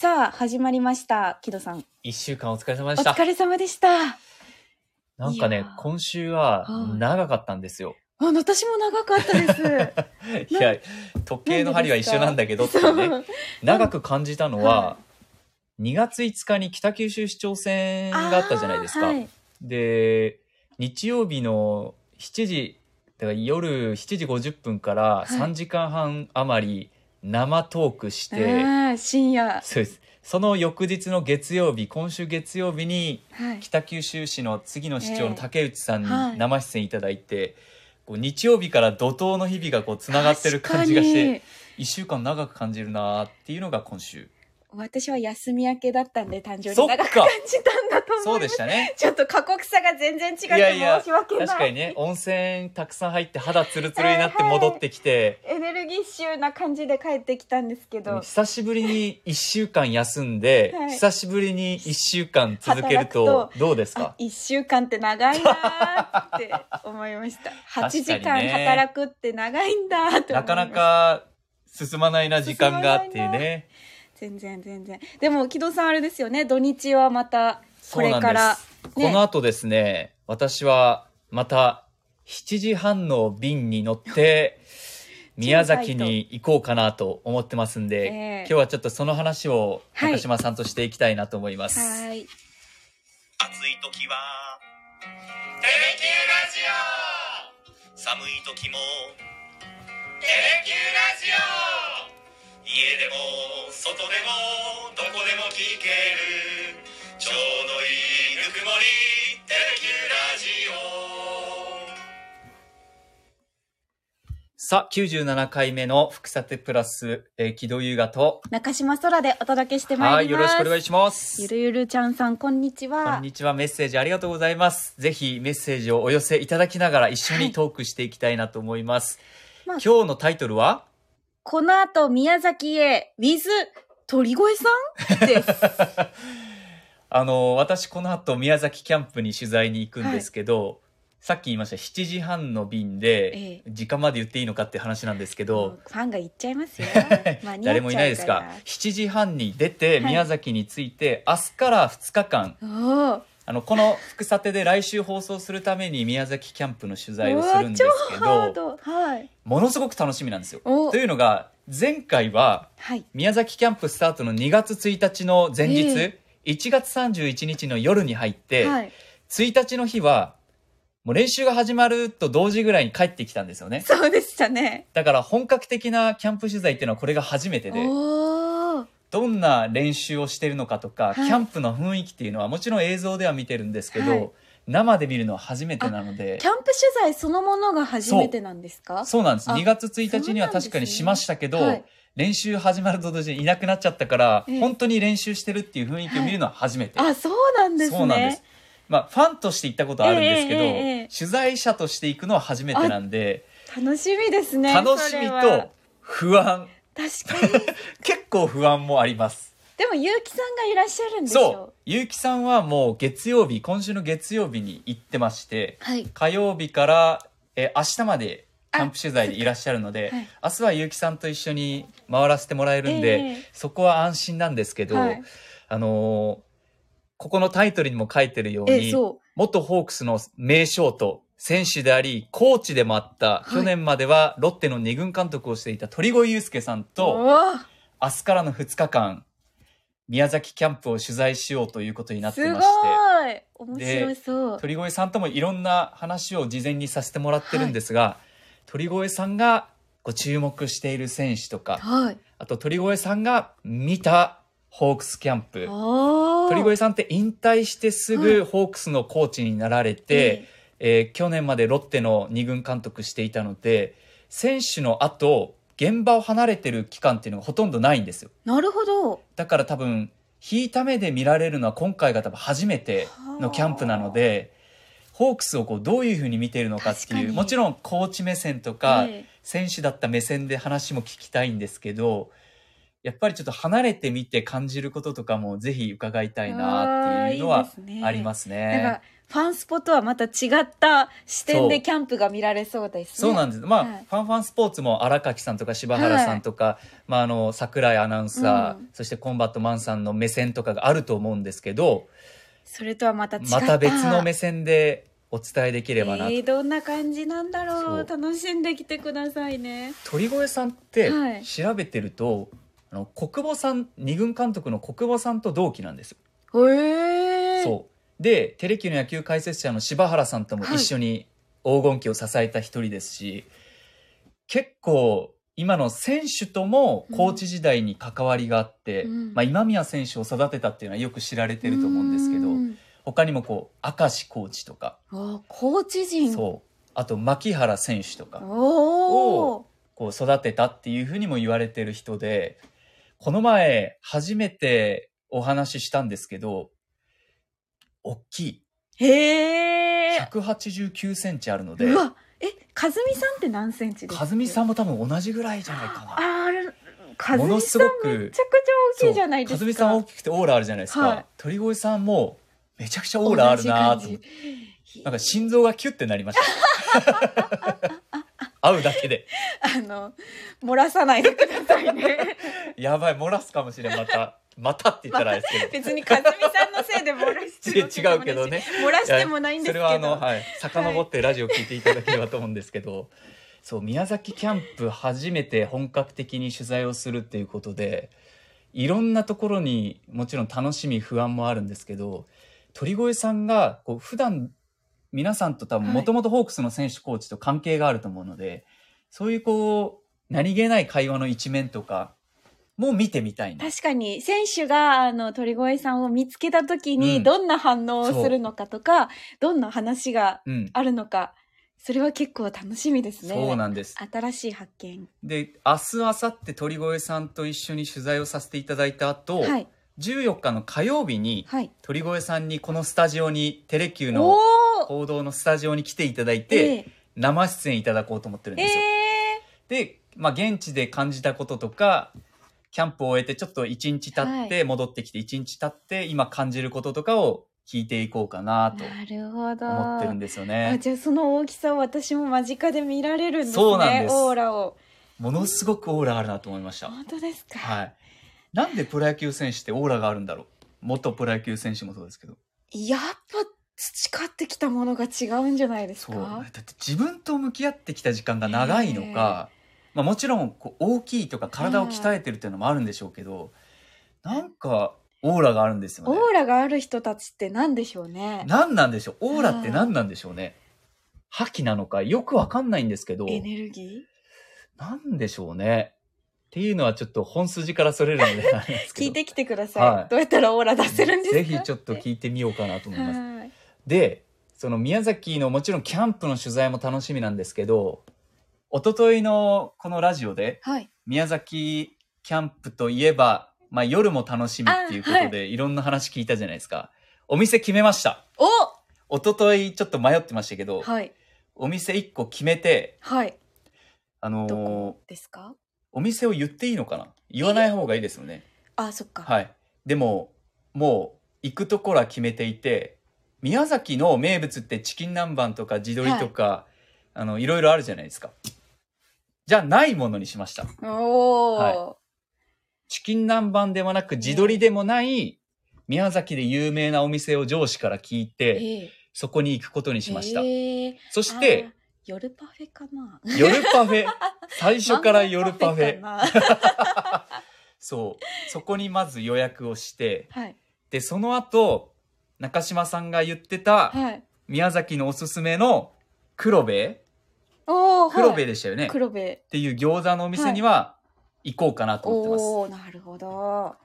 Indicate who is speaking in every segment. Speaker 1: さあ、始まりました。木戸さん。
Speaker 2: 一週間お疲れ様
Speaker 1: お
Speaker 2: でした。
Speaker 1: 疲れ様でした。
Speaker 2: なんか
Speaker 1: いや
Speaker 2: ね
Speaker 1: ー、
Speaker 2: 今週は
Speaker 1: はい
Speaker 2: 長かったんですよ。
Speaker 1: あ私も長かったで
Speaker 2: いや、時計の針は一緒なんだけど って
Speaker 1: す。
Speaker 2: いう
Speaker 1: そ
Speaker 2: ね。
Speaker 1: う
Speaker 2: 長く感じたの
Speaker 1: は
Speaker 2: は、2月5日に北九州市長選があったじゃないですか。
Speaker 1: あーはい
Speaker 2: で、日曜日の7時、だから夜7時50分から
Speaker 1: い
Speaker 2: 3時間半余り生トークして、
Speaker 1: あー深夜。
Speaker 2: そうです。その翌日の月曜日、今週月曜日に
Speaker 1: はい。
Speaker 2: 北九州市の次の市長
Speaker 1: ええ
Speaker 2: の竹内さん
Speaker 1: はい
Speaker 2: に生出演いただいて、こう日曜日から怒涛の日々がこうつながってる感じがして
Speaker 1: 確か
Speaker 2: 1週間長く感じるなーっていうのが今週
Speaker 1: に。私は休み明けだったんで、誕生日
Speaker 2: そっ
Speaker 1: 長く
Speaker 2: か
Speaker 1: 感じたんだと思います。
Speaker 2: そうでしたね
Speaker 1: ちょっと過酷さが全然違ってい
Speaker 2: やいや
Speaker 1: 申し訳ない。
Speaker 2: 確かに ね温泉たくさん入って肌ツルツルになって戻ってきて、
Speaker 1: エネルギッシュな感じで帰ってきたんですけど。
Speaker 2: 久しぶりに1週間休んで、
Speaker 1: はい
Speaker 2: 久しぶりに1週間続ける
Speaker 1: 働
Speaker 2: とどうです
Speaker 1: あ
Speaker 2: か
Speaker 1: 一週間って長いなーって思いました 八時間働くって長いんだーって思いました
Speaker 2: なかなか進まないな時間がってい
Speaker 1: 進
Speaker 2: う
Speaker 1: まな
Speaker 2: ね
Speaker 1: 全然全然でも木戸さんあれですよね土日はまたこれから
Speaker 2: そうなんです
Speaker 1: ね
Speaker 2: この後ですね、私はまた7時半の便に乗 って、宮崎に行こうかなと思ってますんで、
Speaker 1: ええ
Speaker 2: 今日はちょっとその話を
Speaker 1: はい
Speaker 2: 中島さんとしていきたいなと思います。
Speaker 1: はーい
Speaker 3: 暑い時は「テレキューラジオ」寒い時も「テレキューラジオ」家でも外でもどこでも聞けるちょうどいいぬくもり「テレキューラジオ」
Speaker 2: さあ、97回目の福さてプラス、えー、木戸優雅と、
Speaker 1: 中島空でお届けしてま
Speaker 2: はいい、
Speaker 1: り
Speaker 2: よ
Speaker 1: ま
Speaker 2: ろ
Speaker 1: す
Speaker 2: しくお願いします
Speaker 1: ゆ。るゆるちゃんさんこんにち
Speaker 2: こ
Speaker 1: は
Speaker 2: んにちは、メッセージありがとうございます。ぜひメッセージをお寄せいただきながら一緒
Speaker 1: はい
Speaker 2: にトークしていきたいなと思います。
Speaker 1: まあ
Speaker 2: 今日のタイトルは
Speaker 1: この後宮崎へ with 鳥越さんです
Speaker 2: あの私この後宮崎キャンプに取材に行くんですけど、さっき言いました7時半の便
Speaker 1: ええ
Speaker 2: で時間まで言っていいのかって話なんですけ
Speaker 1: も
Speaker 2: ど
Speaker 1: う、ファンが言っちゃい ますよ間に合っちゃうから
Speaker 2: 誰もいないですが7時半に出て
Speaker 1: い
Speaker 2: 宮崎に着いて、明日から2日間
Speaker 1: おー
Speaker 2: あのこの「福さて」で来週放送するために宮崎キャンプの取材
Speaker 1: う
Speaker 2: をす
Speaker 1: わ
Speaker 2: るんです
Speaker 1: 超
Speaker 2: け
Speaker 1: ハード
Speaker 2: ど
Speaker 1: はい
Speaker 2: ものすごく楽しみなんですよ。
Speaker 1: お
Speaker 2: というのが前回は
Speaker 1: はい
Speaker 2: 宮崎キャンプスタートの2月1日の前日、
Speaker 1: え
Speaker 2: 1月31日の夜に入って。
Speaker 1: はい
Speaker 2: 1日の日は、もう練習が始まると同時ぐらいに帰ってきたんですよね。
Speaker 1: そうでしたね
Speaker 2: だから本格的なキャンプ取材っていうのはこれが初めてで、
Speaker 1: おー
Speaker 2: どんな練習をしてるのかとか、
Speaker 1: はい
Speaker 2: キャンプの雰囲気っていうのはもちろん映像では見てるんですけど、
Speaker 1: はい
Speaker 2: 生で見るのは初めてなので
Speaker 1: キ、ャンプ取材そのものが初めてなんですか
Speaker 2: そうなんです。
Speaker 1: あ
Speaker 2: 2月1日には
Speaker 1: そうなんですね
Speaker 2: 確かにしましたけど、
Speaker 1: はい
Speaker 2: 練習始まると同時にいなくなっちゃったから、
Speaker 1: ええ
Speaker 2: 本当に練習してるっていう雰囲気を見るのは初めて。
Speaker 1: あそうなんですね
Speaker 2: そうなんです。まあ、ファンとして行ったことはあるんですけど、
Speaker 1: ええええええ
Speaker 2: 取材者として行くのは初めてなんで、
Speaker 1: 楽しみですね
Speaker 2: 楽しみ
Speaker 1: それは
Speaker 2: と不安、
Speaker 1: 確かに
Speaker 2: 結構不安もあります。
Speaker 1: でも結城さんがいらっしゃるんでし
Speaker 2: そう
Speaker 1: ょ、
Speaker 2: ゆうきさんはもう月曜日、今週の月曜日に行ってまして、
Speaker 1: はい
Speaker 2: 火曜日から、えー明日までキャンプ取材でいらっしゃるので、
Speaker 1: あそっかはい
Speaker 2: 明日はゆうきさんと一緒に回らせてもらえるんで、
Speaker 1: ええ
Speaker 2: そこは安心なんですけど、
Speaker 1: はい
Speaker 2: あのーここのタイトルにも書いてるよう
Speaker 1: え
Speaker 2: に、
Speaker 1: そ
Speaker 2: 元ホークスの名将と選手であり、コーチでもあった、
Speaker 1: はい
Speaker 2: 去年まではロッテの二軍監督をしていた鳥越祐介さん
Speaker 1: う
Speaker 2: と、
Speaker 1: おー
Speaker 2: 明日からの2日間、宮崎キャンプを取材しようということになって
Speaker 1: すご
Speaker 2: まして、
Speaker 1: い面白そう
Speaker 2: 鳥越さんともいろんな話を事前にさせてもらってるんですが、鳥越さんがこう注目している選手とか、
Speaker 1: はい
Speaker 2: あと鳥越さんが見たホークスキャンプ、
Speaker 1: おー
Speaker 2: 鳥越さんって引退してすぐホークスのコーチになられて、
Speaker 1: え
Speaker 2: えー去年までロッテの2軍監督していたので選手の後現場を離れてる期間っていうのがほとんどないんですよ
Speaker 1: えなるほど
Speaker 2: だから多分引いた目で見られるのは今回が多分初めてのキャンプなのでホークスをこうどういうふうに見てるのかって
Speaker 1: 確
Speaker 2: い
Speaker 1: か
Speaker 2: う
Speaker 1: に
Speaker 2: もちろんコーチ目線とか、
Speaker 1: え
Speaker 2: 選手だった目線で話も聞きたいんですけどやっぱりちょっと離れてみて感じることとかもぜひ伺いた
Speaker 1: え
Speaker 2: たいなっていうのは
Speaker 1: あーいいですね
Speaker 2: ありますね。
Speaker 1: なんかファンスポとはまた違った視点
Speaker 2: そ
Speaker 1: で
Speaker 2: う
Speaker 1: キャンプが見られそうですね。
Speaker 2: そうなん
Speaker 1: で
Speaker 2: です。まあ、
Speaker 1: はい
Speaker 2: ファンファンスポーツも荒垣さんとか柴原さんとか、まあ、あの、桜井アナウンサー、
Speaker 1: うん
Speaker 2: そしてコンバットマンさんの目線とかがあると思うんですけど、
Speaker 1: す。それとはまた違った。
Speaker 2: また別の目線でお伝えできればなと。
Speaker 1: えーどんな感じなんだろう
Speaker 2: そ
Speaker 1: 楽しんできてくださいね
Speaker 2: 鳥越さんって
Speaker 1: はい
Speaker 2: 調べてると、あの、国母さん、二軍監督の国母さんと同期なんですよ。
Speaker 1: へえ
Speaker 2: そう。で、テレキューの野球解説者の柴原さんとも一緒に黄金期を支えた一人ですし、結構、今の選手ともコーチ時代に関わりがあって、
Speaker 1: うん
Speaker 2: まあ、今宮選手を育てたっていうのはよく知られてると思うんですけど、他にもこう、明石コーチとか、
Speaker 1: あコーチ陣
Speaker 2: そう、あと牧原選手とか、
Speaker 1: おお
Speaker 2: こう育てたっていうふうにも言われてる人で、この前初めてお話ししたんですけど、大きい。
Speaker 1: へえ
Speaker 2: 189センチあるので
Speaker 1: う、わえかずみさんって何センチです
Speaker 2: 和美さ
Speaker 1: ん
Speaker 2: んも多分同じぐらいじゃないかな。
Speaker 1: ああれかず
Speaker 2: も
Speaker 1: み
Speaker 2: の
Speaker 1: さ
Speaker 2: す
Speaker 1: ん
Speaker 2: ご
Speaker 1: め
Speaker 2: く
Speaker 1: ちゃくちゃ大きいじゃないですか
Speaker 2: 和美さん大きくてオーラあるじゃないですか。
Speaker 1: はい
Speaker 2: 鳥越さんもめちゃくちゃオーラあるなと思って。なんか心臓がキュッてなり ました。会うだけで。
Speaker 1: あの漏らさないでくださいね
Speaker 2: やばい、漏らすかもしれん、また。またって言ったらあれです けど。
Speaker 1: 別にかずみさんのせいで漏らしてるわでもないし漏らしてもないんですけど
Speaker 2: それはあの、はい、遡ってラジオ聞いていただければと思うんですけど、 そう宮崎キャンプ初めて本格的に取材をするっていうことでいろんなところにもちろん楽しみ不安もあるんですけど鳥越さんがこう普段皆さんと多分
Speaker 1: はい
Speaker 2: もともとホークスの選手コーチと関係があると思うので、そういうこう何気ない会話の一面とかも見てみたいな。
Speaker 1: 確かに選手があの鳥越さんを見つけた時
Speaker 2: うん
Speaker 1: にどんな反応をするのかとか、どんな話が
Speaker 2: うん、
Speaker 1: あるのかそれは結構楽しみですね
Speaker 2: そうなんです。
Speaker 1: 新しい発見
Speaker 2: で明日明後日鳥越さんと一緒に取材をさせていただいた後、
Speaker 1: はい
Speaker 2: 14日の火曜日に
Speaker 1: はい
Speaker 2: 鳥越さんにこのスタジオにテレキュー
Speaker 1: お
Speaker 2: の
Speaker 1: お
Speaker 2: 報道のスタジオに来ていただい
Speaker 1: え
Speaker 2: て、生出演いただこうと思ってるん
Speaker 1: え
Speaker 2: ですよ。
Speaker 1: え
Speaker 2: で、まあ、現地で感じたこととかキャンプを終えてちょっと1日経って戻ってきて1日経って今感じることとかを聞いていこうかなと
Speaker 1: なるほど
Speaker 2: 思ってるんですよ
Speaker 1: あ
Speaker 2: ね。
Speaker 1: じゃあその大きさを私も間近で見られるんですね
Speaker 2: そうなんです
Speaker 1: オーラを
Speaker 2: ものすごくオーラあるなと思いました。
Speaker 1: 本当ですか、
Speaker 2: はい。なんでプロ野球選手ってオーラがあるんだろう元プロ野球選手もそうですけど。
Speaker 1: やっぱ培ってきたものが違うんじゃないです
Speaker 2: そ
Speaker 1: か
Speaker 2: う。だって自分と向き合ってきた時間が長いのか、まあもちろんこう大きいとか体を鍛えてるっていうのもあるんでしょうけど、なんかオーラがあるんですよ
Speaker 1: オ
Speaker 2: ね
Speaker 1: ー。ラがある人たちって何でしょうね
Speaker 2: 何なんでしょうオーラって何なんでしょうね覇気なのかよくわかんないんですけど、
Speaker 1: エネルギ
Speaker 2: なんでしょうねっていうのはちょっと本筋からそれるのでなんです
Speaker 1: ー
Speaker 2: けど。
Speaker 1: 聞いてきてください、
Speaker 2: はい
Speaker 1: どうやったらオーラ出せるんですか
Speaker 2: ぜひちょっと聞いてみようかなと思います。
Speaker 1: はい
Speaker 2: でその宮崎のもちろんキャンプの取材も楽しみなんですけど一昨日のこのラジオで
Speaker 1: はい
Speaker 2: 宮崎キャンプといえば、まあ、夜も楽しみっていうことで、い、ろんな話聞いたじゃないですかお店決めました
Speaker 1: お
Speaker 2: 一昨日ちょっと迷ってましたけど、
Speaker 1: はい
Speaker 2: お店1個決めて
Speaker 1: はい
Speaker 2: あのー
Speaker 1: どこですか
Speaker 2: お店を言っていいのかな言わない方がいいですよね
Speaker 1: あそっか、
Speaker 2: はいでももう行くところは決めていて宮崎の名物ってチキン南蛮とか地鶏とか、あのいろいろあるじゃないですかじゃないものにしました
Speaker 1: おお、
Speaker 2: はチキン南蛮ではなく地鶏でもない宮崎で有名なお店を上司から聞いて
Speaker 1: ええ
Speaker 2: そこに行くことにしました、
Speaker 1: ええ
Speaker 2: そして
Speaker 1: あー夜パフェかな
Speaker 2: 夜 パフェ最初から夜パフ
Speaker 1: 漫
Speaker 2: ェ
Speaker 1: 画パフェかな
Speaker 2: そうそこにまず予約をして
Speaker 1: はい
Speaker 2: でその後中島さんが言ってた、
Speaker 1: はい
Speaker 2: 宮崎のおすすめの黒部衛
Speaker 1: おお
Speaker 2: 黒部
Speaker 1: は
Speaker 2: 衛
Speaker 1: い、
Speaker 2: でしたよね、っ
Speaker 1: 黒部
Speaker 2: ていう餃子のお店には行こうかなと思ってます、
Speaker 1: おおなるほど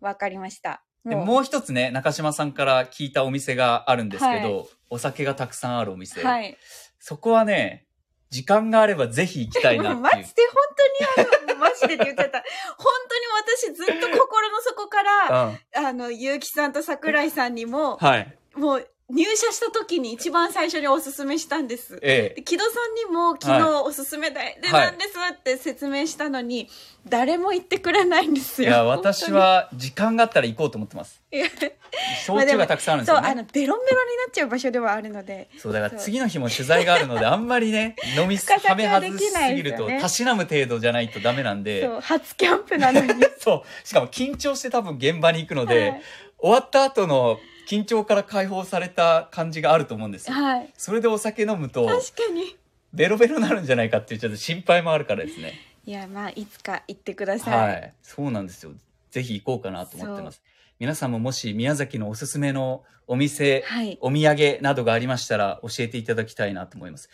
Speaker 1: わかりました
Speaker 2: で
Speaker 1: もう
Speaker 2: もう一つね中島さんから聞いたお店があるんですけど、
Speaker 1: は
Speaker 2: お酒がたくさんあるお店、
Speaker 1: はい
Speaker 2: そこはね時間があればぜひ行きたいな
Speaker 1: もう
Speaker 2: っ
Speaker 1: マ
Speaker 2: て
Speaker 1: ジ
Speaker 2: い
Speaker 1: で
Speaker 2: う
Speaker 1: 本当にあの、マジでって言っちゃった。本当に私ずっと心の底から、
Speaker 2: うん
Speaker 1: あの、結城さんと桜井さんにも、
Speaker 2: はい
Speaker 1: もう、入社した時に一番最初におすすめしたんです。
Speaker 2: え
Speaker 1: で木戸さんにも昨日おすすめで、で
Speaker 2: はい
Speaker 1: なんですって説明したのに、誰も言ってくれないんです
Speaker 2: え。い
Speaker 1: よ。
Speaker 2: や、私は時間があったら行こうと思ってます。
Speaker 1: 本当に。いや
Speaker 2: 焼酎がたくさんあるんです
Speaker 1: そう
Speaker 2: よ
Speaker 1: あの
Speaker 2: ね。
Speaker 1: ベロンベロンになっちゃう場所ではあるので
Speaker 2: そう、だから
Speaker 1: そう
Speaker 2: 次の日も取材があるので、あんまりね、飲みす、
Speaker 1: 深
Speaker 2: は
Speaker 1: 酒
Speaker 2: め
Speaker 1: は
Speaker 2: 外
Speaker 1: でき
Speaker 2: しす
Speaker 1: ない
Speaker 2: ぎ
Speaker 1: で
Speaker 2: る
Speaker 1: すよ
Speaker 2: と、
Speaker 1: ね
Speaker 2: たしなむ程度じゃないとダメなんで。
Speaker 1: そう初キャンプなの に
Speaker 2: そう。しかも緊張して多分現場に行くので、
Speaker 1: はい
Speaker 2: 終わった後の緊張から解放された感じがあると思うんですよ。
Speaker 1: はい
Speaker 2: それでお酒飲むと、
Speaker 1: 確かに
Speaker 2: ベロベロになるんじゃないかっていうちょっと心配もあるからですね。
Speaker 1: いやまあいつか行ってくださ、
Speaker 2: はいい。そうなんですよ。ぜひ行こうかなと思ってます。皆さんももし宮崎のおすすめのお店、
Speaker 1: はい
Speaker 2: お土産などがありましたら教えていただきたいなと思います。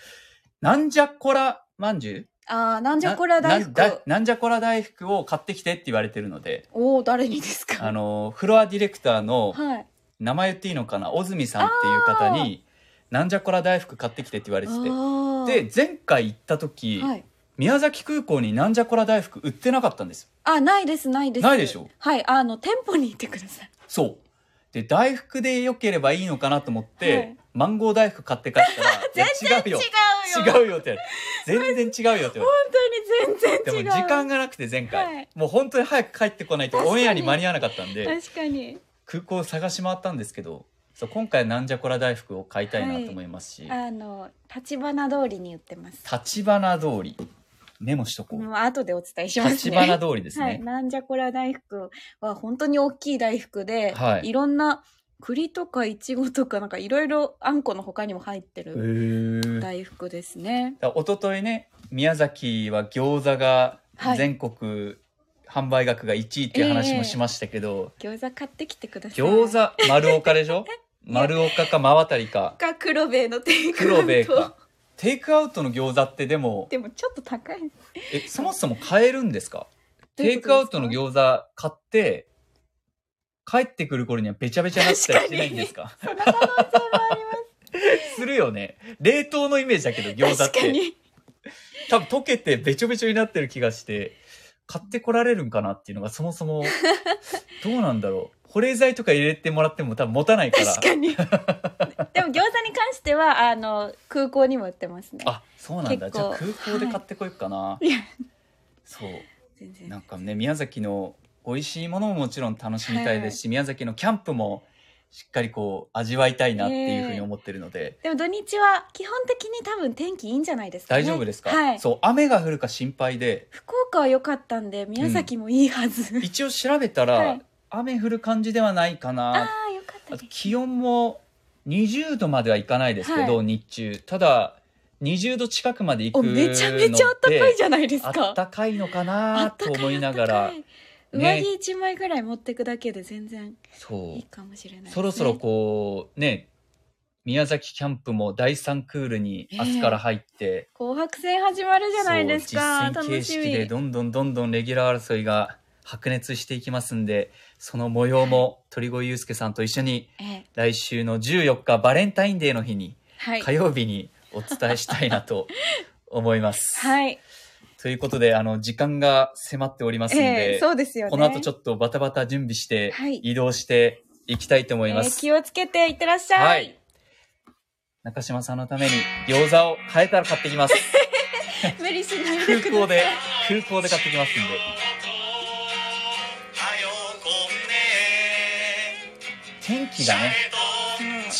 Speaker 2: なんじゃこらまんじゅう
Speaker 1: ああなんじゃこりゃ大
Speaker 2: ななだ
Speaker 1: 福
Speaker 2: なんじゃこら大福を買ってきてって言われてるので、
Speaker 1: おお誰にですか
Speaker 2: あの、フロアディレクターの
Speaker 1: はい
Speaker 2: 名前言っていいのかな、小住さんっていう方に、なんじゃこら大福買ってきてって言われて
Speaker 1: あ
Speaker 2: て。で、前回行った時、
Speaker 1: ではい
Speaker 2: 宮崎空港になんじゃこら大福売ってなかったんですよ
Speaker 1: あないですないです
Speaker 2: ないでしょ
Speaker 1: はいあの店舗に行ってください
Speaker 2: そうで大福で良ければいいのかなと思って、
Speaker 1: はい
Speaker 2: マンゴー大福買って帰った らいや
Speaker 1: 全然違うよ
Speaker 2: 違うよ違うよって全然違うよって言わ
Speaker 1: 本当に
Speaker 2: れて
Speaker 1: 全然違
Speaker 2: で
Speaker 1: う
Speaker 2: も時間がなくて前回、
Speaker 1: はい
Speaker 2: もう本当に早く帰ってこないと
Speaker 1: 確か
Speaker 2: オン
Speaker 1: に
Speaker 2: エアに間に合わなかったんで
Speaker 1: 確かに
Speaker 2: 空港を探し回ったんですけどそう今回はなんじゃこら大福を買いたいなと思いますし、
Speaker 1: あの立花通りに売ってます
Speaker 2: 立花通りメモしとこう
Speaker 1: もう後でお伝えします
Speaker 2: 立
Speaker 1: ね
Speaker 2: 花通りです
Speaker 1: はい、
Speaker 2: ね、
Speaker 1: なんじゃこら大福は本当に大きい大福で、
Speaker 2: はい
Speaker 1: いろんな栗とかいちごとかなんかいろいろあんこの他にも入って
Speaker 2: へ
Speaker 1: る
Speaker 2: ー
Speaker 1: 大福ですね。
Speaker 2: だから一昨日ね宮崎は餃子が
Speaker 1: はい
Speaker 2: 全国販売額が1位っていう話もしましたけど、
Speaker 1: 餃子買ってきてください。
Speaker 2: 餃子丸岡で しょ丸岡か真渡りか
Speaker 1: か黒兵衛のテイクア
Speaker 2: 黒兵衛
Speaker 1: ウト
Speaker 2: か。テイクアウトの餃子ってでも
Speaker 1: でもちょっと高い。
Speaker 2: えそもそも買えるんですか
Speaker 1: どうい
Speaker 2: テ
Speaker 1: うこ
Speaker 2: イ
Speaker 1: と
Speaker 2: クア
Speaker 1: です
Speaker 2: ウ
Speaker 1: か
Speaker 2: トの餃子買って帰ってくる頃にはべちゃべちゃになったりしないんですか
Speaker 1: その可能性もあり
Speaker 2: するよね冷凍のイメージだけど
Speaker 1: ま
Speaker 2: 餃
Speaker 1: す。
Speaker 2: 子っ
Speaker 1: 確か
Speaker 2: て
Speaker 1: に。
Speaker 2: 多分溶けてべちょべちょになってる気がして買ってこられるんかなっていうのがそもそもどうなんだろう保冷剤とか入れてもらっても多分持たないから
Speaker 1: 確かに。で も餃子に関しては、あの、空港にも売ってますね。
Speaker 2: あそうなんだ
Speaker 1: 結
Speaker 2: じゃ
Speaker 1: 構
Speaker 2: あ空港で買ってこようかな、
Speaker 1: いや、
Speaker 2: そう
Speaker 1: 全然。
Speaker 2: なんかね宮崎の美味しいものももちろん楽しみたいですし、宮崎のキャンプもしっかりこう味わいたいなっていうふうに思ってるので、
Speaker 1: でも土日は基本的に多分天気いいんじゃないですか、ね。
Speaker 2: 大丈夫ですか、
Speaker 1: はい。
Speaker 2: そう雨が降るか心配で
Speaker 1: 福岡は良かったんで宮崎もいいはず、
Speaker 2: 一応調べたら、
Speaker 1: はい
Speaker 2: 雨降る感じではないかな
Speaker 1: ああよかった
Speaker 2: あ
Speaker 1: で
Speaker 2: と
Speaker 1: す
Speaker 2: 気温も20度まではいかないですけど、
Speaker 1: は
Speaker 2: 日中ただ20度近くまで行
Speaker 1: お
Speaker 2: くの
Speaker 1: めちゃめちゃあったかいじ
Speaker 2: ゃ
Speaker 1: ゃないです
Speaker 2: あ
Speaker 1: か
Speaker 2: ったかいのか
Speaker 1: あ
Speaker 2: な
Speaker 1: った
Speaker 2: と
Speaker 1: か
Speaker 2: 思いな
Speaker 1: あった
Speaker 2: が
Speaker 1: からい
Speaker 2: ね
Speaker 1: 上着一枚ぐらい持ってくだけで全然
Speaker 2: そう
Speaker 1: いいかもしれないですね、
Speaker 2: そろそろこうね宮崎キャンプも第3クールに明日から入って、
Speaker 1: 紅白戦始まるじゃないですか
Speaker 2: そう実戦
Speaker 1: 楽
Speaker 2: 形
Speaker 1: し
Speaker 2: 式で
Speaker 1: み
Speaker 2: どんどんどんどんレギュラー争いが白熱していきますんでその模様も鳥越祐介さんと一緒に
Speaker 1: ええ
Speaker 2: 来週の14日バレンタインデーの日に
Speaker 1: はい
Speaker 2: 火曜日にお伝えしたいなと思います。
Speaker 1: はい
Speaker 2: ということで、あの、時間が迫っております
Speaker 1: え
Speaker 2: ので、
Speaker 1: えそうですよね
Speaker 2: この後ちょ
Speaker 1: っと
Speaker 2: っとバタバタ準備して、
Speaker 1: はい
Speaker 2: 移動していきたいと思います。
Speaker 1: 気をつけていってらっしゃい、
Speaker 2: はい中島さんのために餃子を買えたら買ってきます。
Speaker 1: 無理しないで
Speaker 2: 空
Speaker 1: くだ
Speaker 2: 港
Speaker 1: さ
Speaker 2: で
Speaker 1: い、
Speaker 2: 空港で買ってきますんで。
Speaker 3: はよこんね
Speaker 2: 天気がね、
Speaker 1: うん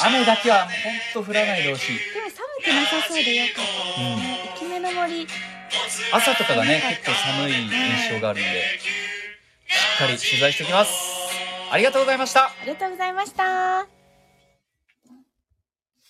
Speaker 2: 雨だけはほんと降らないでほしい。
Speaker 1: でも寒くなさそうでよかったですね、うきめの森
Speaker 2: 朝とかがね、結構寒い印象があるんで、しっかり取材してきます。ありがとうございました。
Speaker 1: ありがとうございました